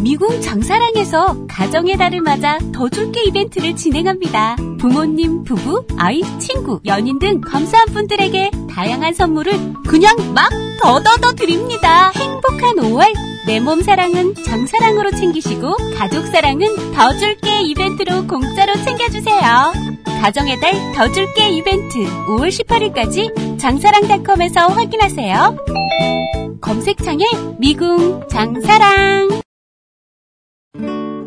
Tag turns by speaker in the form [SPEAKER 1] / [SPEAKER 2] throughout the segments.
[SPEAKER 1] 미궁 장사랑에서 가정의 달을 맞아 더 줄게 이벤트를 진행합니다. 부모님, 부부, 아이, 친구, 연인 등 감사한 분들에게 다양한 선물을 그냥 막 더더더 드립니다. 행복한 5월 내 몸 사랑은 장사랑으로 챙기시고 가족 사랑은 더 줄게 이벤트로 공짜로 챙겨주세요. 가정의 달 더 줄게 이벤트 5월 18일까지 장사랑닷컴에서 확인하세요. 검색창에 미궁 장사랑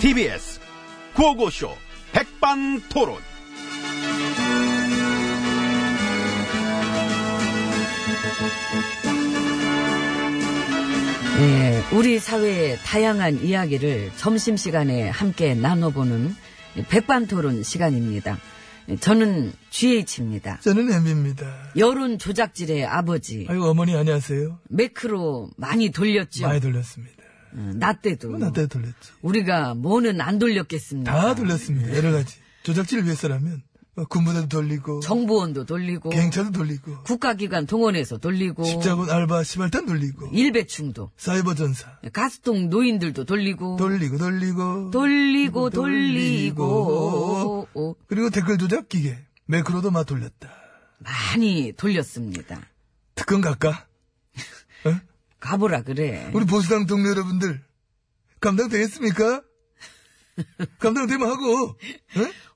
[SPEAKER 2] TBS 구호고쇼 백반토론.
[SPEAKER 3] 예, 우리 사회의 다양한 이야기를 점심시간에 함께 나눠보는 백반토론 시간입니다. 저는 GH입니다.
[SPEAKER 4] 저는 엠비입니다.
[SPEAKER 3] 여론 조작질의 아버지.
[SPEAKER 4] 아이고 어머니 안녕하세요.
[SPEAKER 3] 매크로 많이 돌렸죠.
[SPEAKER 4] 많이 돌렸습니다.
[SPEAKER 3] 어, 나 때도.
[SPEAKER 4] 나 때 돌렸지.
[SPEAKER 3] 우리가 뭐는 안 돌렸겠습니까?
[SPEAKER 4] 다 돌렸습니다. 여러 가지. 조작질을 위해서라면 어, 군부대도 돌리고
[SPEAKER 3] 정보원도 돌리고.
[SPEAKER 4] 경찰도 돌리고
[SPEAKER 3] 국가기관 동원해서 돌리고.
[SPEAKER 4] 십자군 알바 시발단 돌리고
[SPEAKER 3] 예. 일배충도.
[SPEAKER 4] 사이버 전사
[SPEAKER 3] 가스통 노인들도 돌리고.
[SPEAKER 4] 돌리고 돌리고
[SPEAKER 3] 어. 돌리고, 돌리고. 오.
[SPEAKER 4] 그리고 댓글 조작 기계 매크로도 막 돌렸다.
[SPEAKER 3] 많이 돌렸습니다.
[SPEAKER 4] 특검 갈까? 어?
[SPEAKER 3] 가보라 그래.
[SPEAKER 4] 우리 보수당 동료 여러분들 감당되겠습니까? 감당되면 하고 어?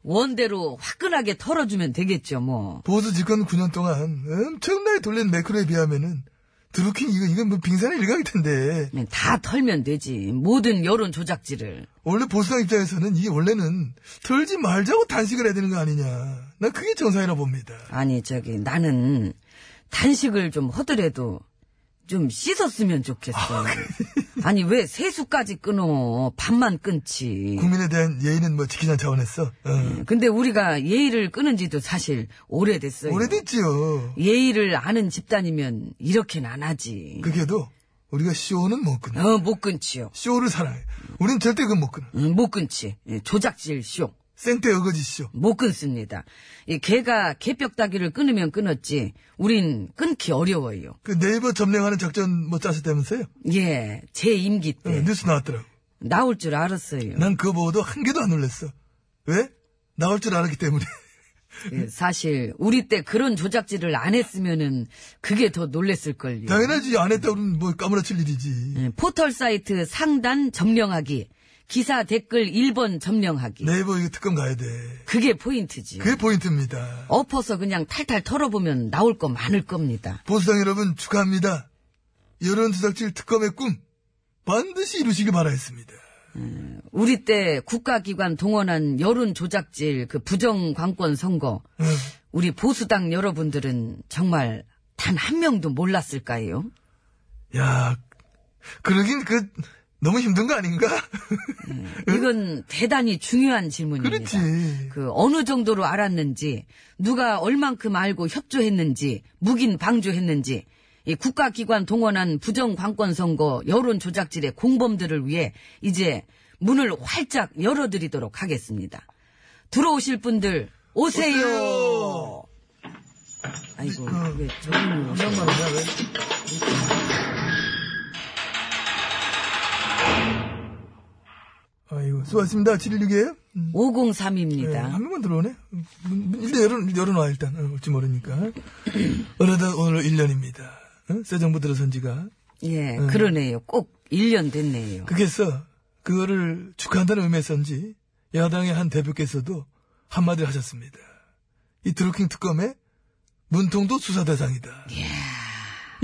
[SPEAKER 3] 원대로 화끈하게 털어주면 되겠죠, 뭐.
[SPEAKER 4] 보수 집권 9년 동안 엄청나게 돌린 매크로에 비하면은 드루킹 이거 이건 뭐 빙산의 일각일 텐데
[SPEAKER 3] 다 털면 되지. 모든 여론 조작질을.
[SPEAKER 4] 원래 보수당 입장에서는 이게 원래는 털지 말자고 단식을 해야 되는 거 아니냐 난 그게 정상이라 봅니다
[SPEAKER 3] 아니, 저기, 나는 단식을 좀 하더라도 좀 씻었으면 좋겠어. 아니, 왜 세수까지 끊어? 밥만 끊지.
[SPEAKER 4] 국민에 대한 예의는 뭐 지키자는 차원에서 어.
[SPEAKER 3] 근데 우리가 예의를 끊은 지도 사실 오래됐어요.
[SPEAKER 4] 오래됐지요
[SPEAKER 3] 예의를 아는 집단이면 이렇게는 안 하지.
[SPEAKER 4] 그게도 우리가 쇼는 못 끊어
[SPEAKER 3] 어, 못 끊지요.
[SPEAKER 4] 쇼를 사랑해 우린 절대 그건 못 끊어
[SPEAKER 3] 음, 못 끊지. 예, 조작질 쇼.
[SPEAKER 4] 생태 어거지 쇼
[SPEAKER 3] 못 끊습니다. 이 개가 개벽 따기를 끊으면 끊었지. 우린 끊기 어려워요.
[SPEAKER 4] 그 네이버 점령하는 작전 뭐 짜셨다면서요?
[SPEAKER 3] 예, 제 임기
[SPEAKER 4] 어,
[SPEAKER 3] 때.
[SPEAKER 4] 뉴스 나왔더라고
[SPEAKER 3] 나올 줄 알았어요.
[SPEAKER 4] 난 그거 보고도 한 개도 안 놀랬어 왜? 나올 줄 알았기 때문에
[SPEAKER 3] 예, 사실 우리 때 그런 조작질을 안 했으면은 그게 더
[SPEAKER 4] 네,
[SPEAKER 3] 놀랬을걸요.
[SPEAKER 4] 당연하지 예. 안 했다 그러면 뭐 까무라칠 일이지
[SPEAKER 3] 예, 포털 사이트 상단 점령하기, 기사 댓글 1번 점령하기.
[SPEAKER 4] 네이버 이거 특검 가야 돼
[SPEAKER 3] 그게 포인트지.
[SPEAKER 4] 그게 포인트입니다
[SPEAKER 3] 엎어서 그냥 탈탈 털어보면 나올 거 많을 겁니다.
[SPEAKER 4] 보수당 여러분 축하합니다 여론조작질 특검의 꿈 반드시 이루시길 바라겠습니다
[SPEAKER 3] 우리 때 국가기관 동원한 여론 조작질 그 부정 관권 선거
[SPEAKER 4] 어,
[SPEAKER 3] 우리 보수당 여러분들은 정말 단 한 명도 몰랐을까요?
[SPEAKER 4] 야 그러긴 그 너무 힘든 거 아닌가?
[SPEAKER 3] 이건 대단히 중요한 질문입니다.
[SPEAKER 4] 음? 그렇지
[SPEAKER 3] 그 어느 정도로 알았는지 누가 얼만큼 알고 협조했는지 묵인 방조했는지 이 국가기관 동원한 부정 관권 선거 여론 조작질의 공범들을 위해 이제 문을 활짝 열어드리도록 하겠습니다. 들어오실 분들 오세요.
[SPEAKER 4] 오세요.
[SPEAKER 3] 아이고 네.
[SPEAKER 4] 어.
[SPEAKER 3] 왜 저분이 오세요?
[SPEAKER 4] 이런 말이야 왜? 아이고 수고하셨습니다 716이에요?
[SPEAKER 3] 503입니다.
[SPEAKER 4] 예, 한 명만 들어오네. 문- 문- 일단 열어, 열어놔, 일단. 어, 올지 모르니까. 어느덧 오늘 1년입니다. 새 정부 들어선 지가.
[SPEAKER 3] 예,
[SPEAKER 4] 음.
[SPEAKER 3] 그러네요. 꼭 1년 됐네요.
[SPEAKER 4] 그래서 그거를 축하한다는 의미에서인지 야당의 한 대표께서도 한마디를 하셨습니다. 이 드루킹 특검의 문통도 수사 대상이다.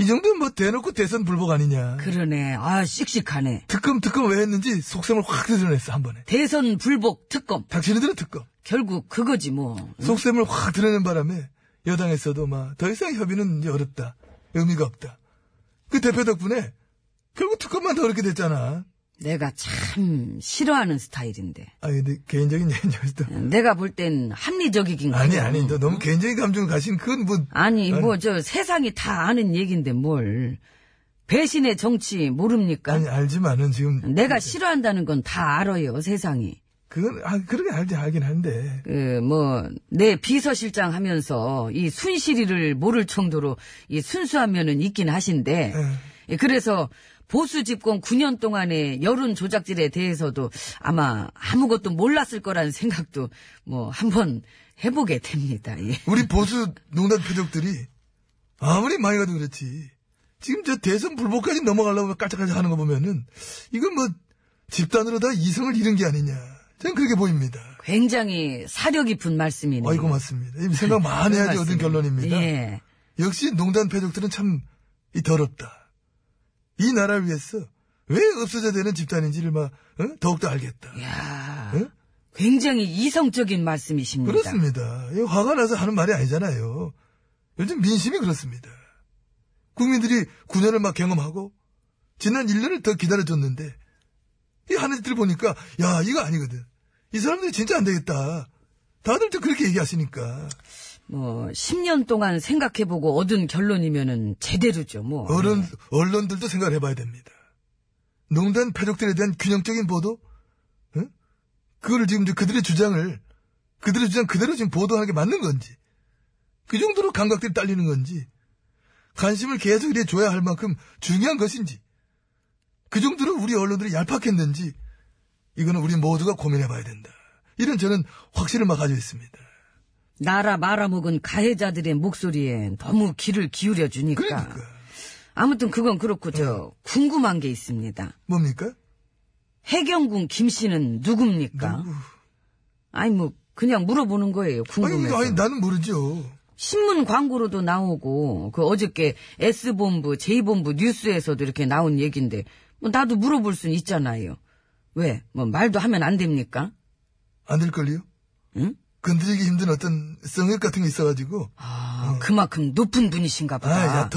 [SPEAKER 4] 이 정도면 뭐 대놓고 대선 불복 아니냐.
[SPEAKER 3] 그... 러네 아, 씩씩하네.
[SPEAKER 4] 특검 특검 왜 했는지 속셈을 확 드러냈어 한 번에.
[SPEAKER 3] 대선 불복 특검.
[SPEAKER 4] 당신이들은 특검.
[SPEAKER 3] 결국 그거지 뭐.
[SPEAKER 4] 속셈을 확 드러낸 바람에 여당에서도 막 더 이상 협의는 이제 어렵다. 의미가 없다. 그 대표 덕분에 결국 특검만 더 어렵게 됐잖아.
[SPEAKER 3] 내가 참 싫어하는 스타일인데.
[SPEAKER 4] 아 근데 개인적인 얘기였어.
[SPEAKER 3] 내가 볼 땐 합리적이긴
[SPEAKER 4] 아니
[SPEAKER 3] 커녕.
[SPEAKER 4] 아니 너 너무 개인적인 감정을 가신 그건 뭐
[SPEAKER 3] 음. 아니, 뭐, 저, 세상이 다 아는 얘긴데 뭘. 배신의 정치 모릅니까?
[SPEAKER 4] 아니 알지만은 지금
[SPEAKER 3] 내가 싫어한다는 건 다 알아요, 세상이.
[SPEAKER 4] 그건 아 그렇게 알지 알긴 한데
[SPEAKER 3] 그, 뭐, 내 비서실장 하면서 이 순실이를 모를 정도로 이 순수한 면은 있긴 하신데,
[SPEAKER 4] 네.
[SPEAKER 3] 예, 그래서 보수 집권 9년 동안의 여론 조작질에 대해서도 아마 아무것도 몰랐을 거라는 생각도 뭐 한번 해보게 됩니다. 예.
[SPEAKER 4] 우리 보수 농단 표적들이 아무리 많이 가도 그렇지 지금 저 대선 불복까지 넘어가려고 깔짝깔짝 하는 거 보면은 이건 뭐 집단으로 다 이성을 잃은 게 아니냐 저는 그렇게 보입니다.
[SPEAKER 3] 굉장히 사려 깊은 말씀이네요.
[SPEAKER 4] 어, 아이 고맙습니다. 이 생각 많이 해야지
[SPEAKER 3] 말씀이네요.
[SPEAKER 4] 얻은 결론입니다.
[SPEAKER 3] 음. 예.
[SPEAKER 4] 역시 농단 패족들은 참 이 더럽다. 이 나라를 위해서 왜 없어져야 되는 집단인지를 막 어? 더욱더 알겠다.
[SPEAKER 3] 예, 야,
[SPEAKER 4] 응?
[SPEAKER 3] 굉장히 이성적인 말씀이십니다.
[SPEAKER 4] 예? 그렇습니다. 이 화가 나서 하는 말이 아니잖아요. 요즘 민심이 그렇습니다. 국민들이 9년을 막 경험하고 지난 1년을 더 기다려줬는데 이 하는 짓들 보니까 야 이거 아니거든. 이 사람들이 진짜 안 되겠다. 다들 또 그렇게 얘기하시니까
[SPEAKER 3] 뭐 10년 동안 생각해보고 얻은 결론이면은 제대로죠, 뭐.
[SPEAKER 4] 언론 언론들도 생각을 해봐야 됩니다. 농단 패족들에 대한 균형적인 보도, 응? 그거를 지금 이제 그들의 주장을 그들의 주장 그대로 지금 보도하는 게 맞는 건지, 그 정도로 감각들이 딸리는 건지, 관심을 계속 이래 줘야 할 만큼 중요한 것인지, 그 정도로 우리 언론들이 얄팍했는지, 이거는 우리 모두가 고민해봐야 된다. 이런 저는 확신을 막 가지고 있습니다.
[SPEAKER 3] 나라 말아먹은 가해자들의 목소리에 너무 귀를 기울여 주니까.
[SPEAKER 4] 그러니까 어.
[SPEAKER 3] 아무튼 그건 그렇고 저 궁금한 게 있습니다.
[SPEAKER 4] 뭡니까?
[SPEAKER 3] 해경군 김 씨는 누굽니까? 아니 뭐 그냥 물어보는 거예요.
[SPEAKER 4] 아니,
[SPEAKER 3] 궁금해서.
[SPEAKER 4] 아니 나는 모르죠.
[SPEAKER 3] 신문 광고로도 나오고 그 어저께 S 본부, J 본부 뉴스에서도 이렇게 나온 얘긴데 뭐 나도 물어볼 순 있잖아요. 왜? 뭐 말도 하면 안 됩니까?
[SPEAKER 4] 안 될걸요?
[SPEAKER 3] 응?
[SPEAKER 4] 건드리기 힘든 어떤 성역 같은 게 있어가지고,
[SPEAKER 3] 예? 아, 그만큼 높은 분이신가 보다.
[SPEAKER 4] 아,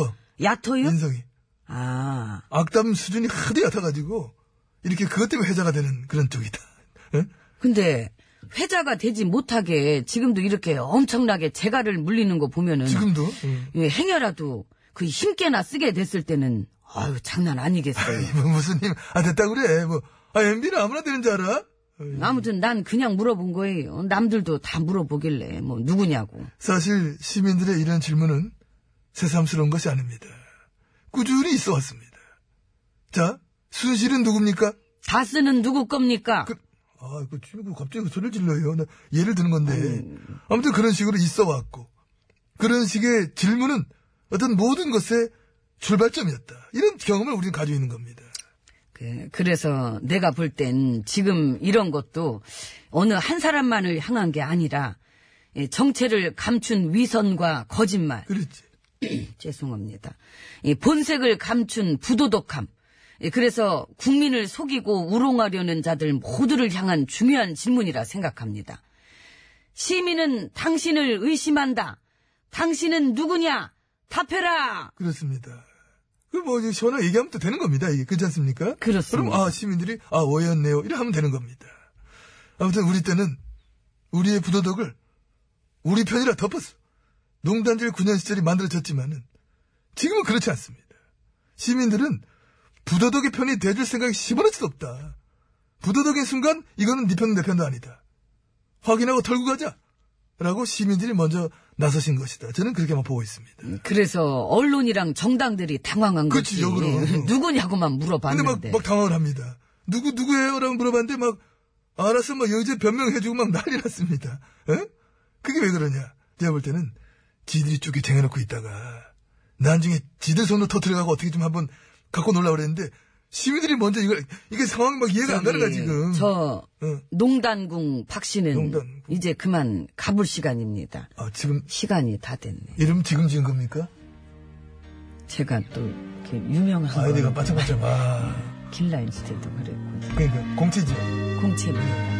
[SPEAKER 4] 얕어.
[SPEAKER 3] 요
[SPEAKER 4] 인성이.
[SPEAKER 3] 아,
[SPEAKER 4] 악담 수준이 하도 얕아가지고, 이렇게 그것 때문에 회자가 되는 그런 쪽이다. 예? 응?
[SPEAKER 3] 음. 근데 회자가 되지 못하게 지금도 이렇게 엄청나게 재갈을 물리는 거 보면은
[SPEAKER 4] 지금도.
[SPEAKER 3] 예, 행여라도 그 힘께나 쓰게 됐을 때는 아유 장난 아니겠어요.
[SPEAKER 4] 아이, 뭐 무슨 힘, 아, 됐다 그래. 뭐, 아, MB는 아무나 되는 줄 알아? 어이,
[SPEAKER 3] 아무튼 난 그냥 물어본 거예요. 남들도 다 물어보길래 뭐 누구냐고.
[SPEAKER 4] 사실 시민들의 이런 질문은 새삼스러운 것이 아닙니다. 꾸준히 있어 왔습니다. 자, 순실은 누굽니까?
[SPEAKER 3] 다 쓰는 누구 겁니까?
[SPEAKER 4] 아, 그 친구 갑자기 그 소리를 질러요. 나 예를 드는 건데. 아무튼 그런 식으로 있어 왔고. 그런 식의 질문은 어떤 모든 것의 출발점이었다. 이런 경험을 우리는 가지고 있는 겁니다.
[SPEAKER 3] 그, 그래서 내가 볼 땐 지금 이런 것도 어느 한 사람만을 향한 게 아니라 예, 정체를 감춘 위선과 거짓말.
[SPEAKER 4] 그렇지.
[SPEAKER 3] 죄송합니다. 이 본색을 감춘 부도덕함. 예, 그래서 국민을 속이고 우롱하려는 자들 모두를 향한 중요한 질문이라 생각합니다. 시민은 당신을 의심한다. 당신은 누구냐? 답해라!
[SPEAKER 4] 그렇습니다. 그뭐 시원하게 얘기하면 또 되는 겁니다. 이게 그렇지 않습니까?
[SPEAKER 3] 그렇습니다.
[SPEAKER 4] 그럼 아 시민들이 아 오해였네요. 이래 하면 되는 겁니다. 아무튼 우리 때는 우리의 부도덕을 우리 편이라 덮었어. 농단질 9년 시절이 만들어졌지만은 지금은 그렇지 않습니다. 시민들은 부도덕의 편이 돼줄 생각이 10원어치도 없다. 부도덕의 순간 이거는 네 편, 내 편도 아니다. 확인하고 털고 가자. 라고 시민들이 먼저 나서신 것이다. 저는 그렇게만 보고 있습니다.
[SPEAKER 3] 그래서 언론이랑 정당들이 당황한
[SPEAKER 4] 그치,
[SPEAKER 3] 거지.
[SPEAKER 4] 역으로.
[SPEAKER 3] 누구냐고만
[SPEAKER 4] 근데 막,
[SPEAKER 3] 물어봤는데.
[SPEAKER 4] 막 당황을 합니다. 누구, 누구예요? 라고 물어봤는데 막, 알아서 막 여기저기 변명해주고 막 난리 났습니다. 에? 그게 왜 그러냐? 제가 볼 때는 지들이 쪽에 쟁여놓고 있다가, 나중에 지들 손으로 터뜨려가고 어떻게 좀 한번
[SPEAKER 5] 갖고 놀라 그랬는데 시민들이 먼저 이걸 이게 상황이 막 이해가 안 가는 거야
[SPEAKER 6] 저기,
[SPEAKER 5] 지금.
[SPEAKER 6] 저
[SPEAKER 5] 어.
[SPEAKER 6] 농단궁 박 씨는
[SPEAKER 5] 농단궁.
[SPEAKER 6] 이제 그만 가볼 시간입니다.
[SPEAKER 5] 아, 지금
[SPEAKER 6] 시간이 다 됐네.
[SPEAKER 5] 이름 지금 지은 겁니까?
[SPEAKER 6] 제가 또 이렇게 유명한
[SPEAKER 5] 아이디가
[SPEAKER 6] 거
[SPEAKER 5] 반짝반짝 와.
[SPEAKER 6] 길라일 때도 그랬고
[SPEAKER 5] 그러니까 공채지.
[SPEAKER 6] 공채입니다.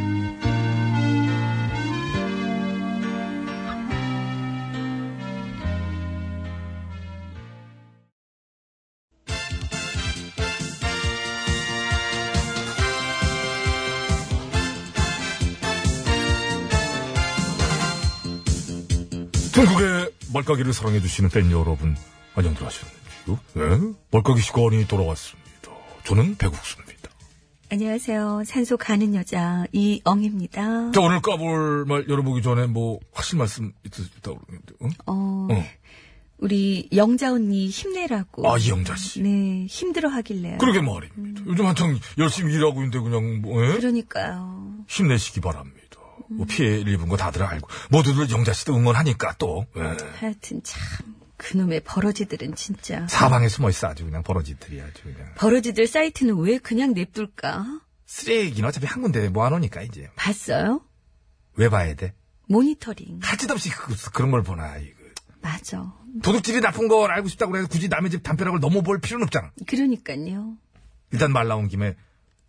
[SPEAKER 4] 전국의 말까기를 사랑해주시는 팬 여러분, 안녕들 하셨는지요? 네, 말까기 시간이 돌아왔습니다. 저는 배국수입니다.
[SPEAKER 3] 안녕하세요. 산소 가는 여자 이엉입니다.
[SPEAKER 4] 자, 오늘 까볼 말 열어보기 전에 뭐, 하실 말씀 있으시다고 그러는데, 응?
[SPEAKER 3] 어,
[SPEAKER 4] 응.
[SPEAKER 3] 우리 영자 언니 힘내라고.
[SPEAKER 4] 아, 이영자 씨.
[SPEAKER 3] 네, 힘들어 하길래.
[SPEAKER 4] 그러게 말입니다. 요즘 한창 열심히 일하고 있는데, 그냥 뭐,
[SPEAKER 3] 그렇죠.
[SPEAKER 4] 예?
[SPEAKER 3] 그러니까요.
[SPEAKER 4] 힘내시기 바랍니다. 뭐 피해 입은 거 다들 알고, 모두들 영자 씨도 응원하니까 또, 예.
[SPEAKER 3] 하여튼 참 그놈의 버러지들은 진짜.
[SPEAKER 4] 사방에 숨어 뭐 있어, 아주 그냥 버러지들이 아주 그냥.
[SPEAKER 3] 버러지들 사이트는 왜 그냥 냅둘까?
[SPEAKER 4] 쓰레기는 어차피 한 군데 모아놓으니까, 이제.
[SPEAKER 3] 봤어요?
[SPEAKER 4] 왜 봐야 돼?
[SPEAKER 3] 모니터링.
[SPEAKER 4] 할짓 없이 그- 그런 걸 보나, 이거.
[SPEAKER 3] 맞아.
[SPEAKER 4] 도둑질이 나쁜 걸 알고 싶다고 그래서 굳이 남의 집 담벼락을 넘어볼 필요는 없잖아.
[SPEAKER 3] 그러니까요.
[SPEAKER 4] 일단 말 나온 김에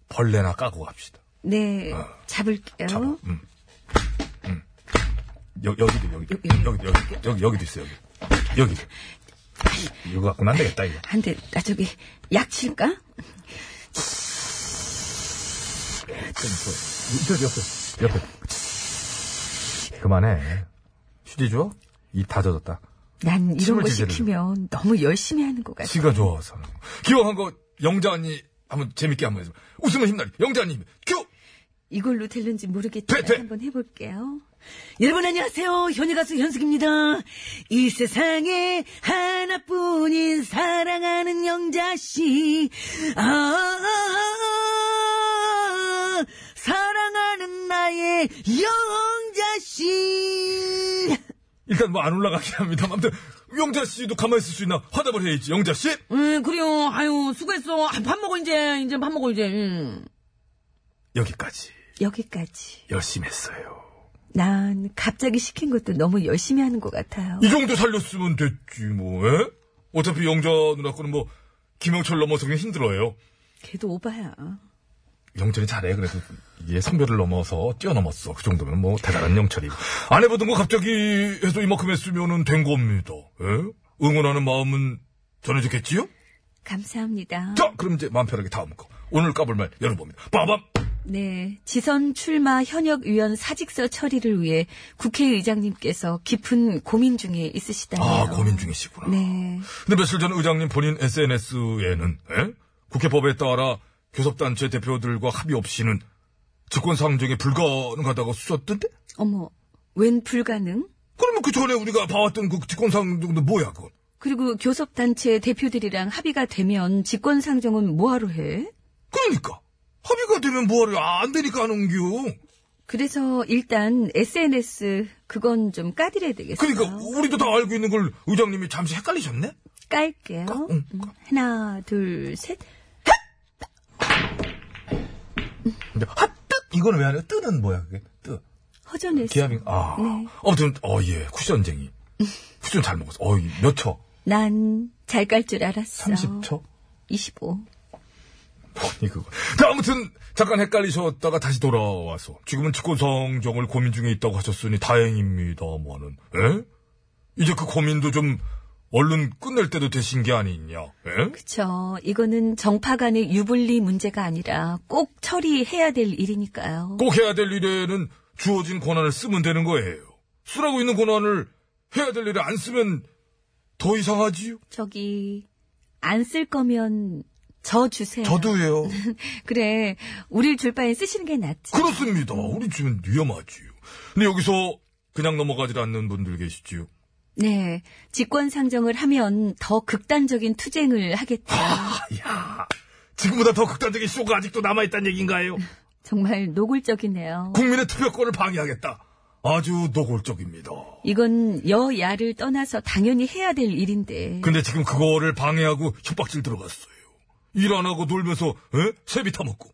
[SPEAKER 4] 벌레나 까고 갑시다.
[SPEAKER 3] 네, 잡을게요.
[SPEAKER 4] 잡아. 음. 음. 여, 여기도 여기 여기 여기 여기 여기도 있어 여기 여기 이거 갖고는 안 되겠다 이거.
[SPEAKER 3] 안 돼. 나 아, 저기 약 칠까?
[SPEAKER 4] 저, 저, 옆에 옆에 그만해. 휴지 줘. 입 다 젖었다.
[SPEAKER 3] 난 이런
[SPEAKER 4] 침을
[SPEAKER 3] 거
[SPEAKER 4] 지지르는
[SPEAKER 3] 시키면 너무 열심히 하는 것 같아.
[SPEAKER 4] 지가 좋아서. 기왕한 거 영자 언니 한번 재밌게 한번 해서 웃으면 힘나게 영자 언니 큐.
[SPEAKER 3] 이걸로 될는지 모르겠지만
[SPEAKER 4] 돼, 돼.
[SPEAKER 3] 한번 해볼게요.
[SPEAKER 6] 여러분 안녕하세요. 현의 가수 현숙입니다. 이 세상에 하나뿐인 사랑하는 영자 씨.
[SPEAKER 3] 아,
[SPEAKER 6] 아, 사랑하는 나의 영자 씨.
[SPEAKER 4] 일단 뭐 안 올라가게 합니다. 아무튼 영자 씨도 가만히 있을 수 있나 화답을 해야지. 영자 씨.
[SPEAKER 6] 음, 그래요. 아유, 수고했어. 아, 밥 먹어 이제. 이제 밥 먹어 이제. 음.
[SPEAKER 4] 여기까지
[SPEAKER 3] 여기까지.
[SPEAKER 4] 열심히 했어요.
[SPEAKER 3] 난 갑자기 시킨 것도 너무 열심히 하는 것 같아요.
[SPEAKER 4] 이 정도 살렸으면 됐지 뭐. 에? 어차피 영자 누나 거는 뭐 김영철 넘어서 그냥 힘들어요.
[SPEAKER 3] 걔도 오바야.
[SPEAKER 4] 영철이 잘해. 그래도 이게 선배를 넘어서 뛰어넘었어. 그 정도면 뭐 대단한 영철이고. 안 해보던 거 갑자기 해서 이만큼 했으면은 된 겁니다. 에? 응원하는 마음은 전해졌겠지요?
[SPEAKER 3] 감사합니다.
[SPEAKER 4] 자, 그럼 이제 마음 편하게 다음 거. 오늘 까볼 말 열어봅니다. 빠밤!
[SPEAKER 3] 네. 지선 출마 현역 의원 사직서 처리를 위해 국회의장님께서 깊은 고민 중에 있으시다네요.
[SPEAKER 4] 아, 고민 중이시구나.
[SPEAKER 3] 네.
[SPEAKER 4] 근데 며칠 전 의장님 본인 SNS에는 국회법에 따라 교섭단체 대표들과 합의 없이는 직권 상정이 불가능하다고 쓰셨던데?
[SPEAKER 3] 어머, 웬 불가능?
[SPEAKER 4] 그러면 그 전에 우리가 봐왔던 그 직권 상정도 뭐야 그건?
[SPEAKER 3] 그리고 교섭단체 대표들이랑 합의가 되면 직권상정은 뭐하러 해?
[SPEAKER 4] 그러니까 합의가 되면 뭐하려 안 되니까 하는겨.
[SPEAKER 3] 그래서 일단 SNS 그건 좀 까드려야 되겠어요.
[SPEAKER 4] 그러니까 우리도 다 알고 있는 걸 의장님이 잠시 헷갈리셨네.
[SPEAKER 3] 깔게요.
[SPEAKER 4] 응,
[SPEAKER 3] 음, 하나, 둘, 셋.
[SPEAKER 4] 근데 핫뜻 이거는 왜 안 해? 뜨는 뭐야 그게? 뜨
[SPEAKER 3] 허전했어.
[SPEAKER 4] 기합인 아
[SPEAKER 3] 네.
[SPEAKER 4] 아무튼 어예 쿠션쟁이 쿠션 잘 먹었어. 어몇 초?
[SPEAKER 3] 난 잘 깔 줄 알았어.
[SPEAKER 4] 30초?
[SPEAKER 3] 25.
[SPEAKER 4] 아니, 그거. 자, 아무튼, 잠깐 헷갈리셨다가 다시 돌아와서, 지금은 직권상정을 고민 중에 있다고 하셨으니 다행입니다만은, 에? 이제 그 고민도 좀, 얼른 끝낼 때도 되신 게 아니냐, 에?
[SPEAKER 3] 그쵸. 이거는 정파 간의 유불리 문제가 아니라 꼭 처리해야 될 일이니까요.
[SPEAKER 4] 꼭 해야 될 일에는 주어진 권한을 쓰면 되는 거예요. 쓰라고 있는 권한을 해야 될 일에 안 쓰면 더 이상하지요?
[SPEAKER 3] 저기, 안 쓸 거면 저 주세요.
[SPEAKER 4] 저도예요.
[SPEAKER 3] 그래. 우릴 줄 바엔 쓰시는 게 낫지.
[SPEAKER 4] 그렇습니다. 우리 지금 위험하지요. 근데 여기서 그냥 넘어가질 않는 분들 계시지요.
[SPEAKER 3] 네. 직권 상정을 하면 더 극단적인 투쟁을 하겠다.
[SPEAKER 4] 야 지금보다 더 극단적인 쇼가 아직도 남아있다는 얘기인가요?
[SPEAKER 3] 정말 노골적이네요.
[SPEAKER 4] 국민의 투표권을 방해하겠다. 아주 노골적입니다.
[SPEAKER 3] 이건 여야를 떠나서 당연히 해야 될 일인데.
[SPEAKER 4] 그 근데 지금 그거를 방해하고 협박질 들어갔어요.
[SPEAKER 7] 일 안 하고 놀면서 에? 세비 타먹고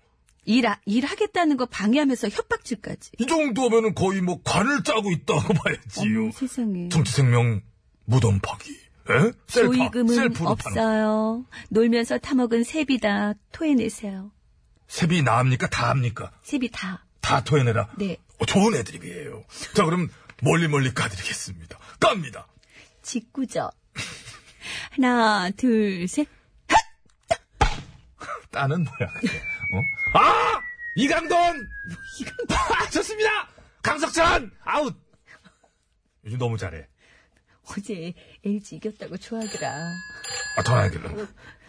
[SPEAKER 3] 일, 일하겠다는 거 방해하면서 협박질까지.
[SPEAKER 7] 이 정도면은 거의 뭐 관을 짜고 있다고 봐야지요.
[SPEAKER 3] 어머, 세상에.
[SPEAKER 7] 정치 생명 무덤 파기. 에? 셀파,
[SPEAKER 3] 조의금은
[SPEAKER 7] 셀프로 파는 거.
[SPEAKER 3] 없어요. 놀면서 타먹은 세비다. 토해내세요.
[SPEAKER 7] 세비 나합니까? 다합니까?
[SPEAKER 3] 세비 다.
[SPEAKER 7] 다 토해내라.
[SPEAKER 3] 네.
[SPEAKER 7] 어, 좋은 애드립이에요. 자, 그럼 멀리 멀리 까드리겠습니다. 깝니다.
[SPEAKER 3] 직구죠. 하나, 둘, 셋.
[SPEAKER 7] 따는 뭐야, 그게. 어? 아! 이강돈! 아, 좋습니다! 강석찬! 아웃! 요즘 너무 잘해.
[SPEAKER 3] 어제 LG 이겼다고 좋아하더라.
[SPEAKER 7] 아, 더 나야겠다.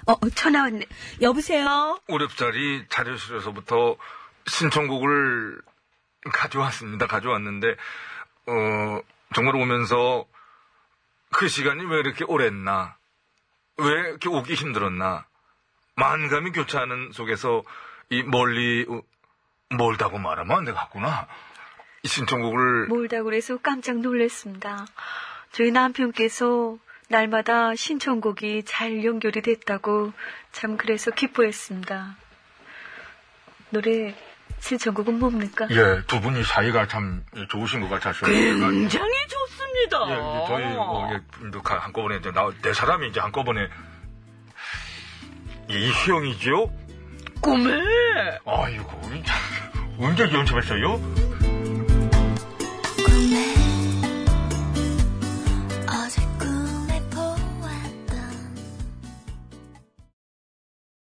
[SPEAKER 3] 어, 어, 전화 왔네. 여보세요?
[SPEAKER 4] 오렵자리 자료실에서부터 신청곡을 가져왔습니다. 가져왔는데, 어, 정말 오면서 그 시간이 왜 이렇게 오랬나? 왜 이렇게 오기 힘들었나? 만감이 교차하는 속에서 이 멀리, 어, 멀다고 말하면 안 되겠구나. 이 신청곡을
[SPEAKER 8] 몰다 그래서 깜짝 놀랐습니다. 저희 남편께서 날마다 신청곡이 잘 연결이 됐다고 참 그래서 기뻐했습니다. 노래 신청곡은 뭡니까?
[SPEAKER 4] 예, 두 분이 사이가 참 좋으신 것 같아서. 굉장히 좋습니다. 예, 이제 저희, 뭐, 예, 분도 가- 한꺼번에, 이제, 나, 네 사람이 이제 한꺼번에, 이희영이지요? 꿈에! 아이고, 이 참, 언제 연습했어요?
[SPEAKER 9] 꿈에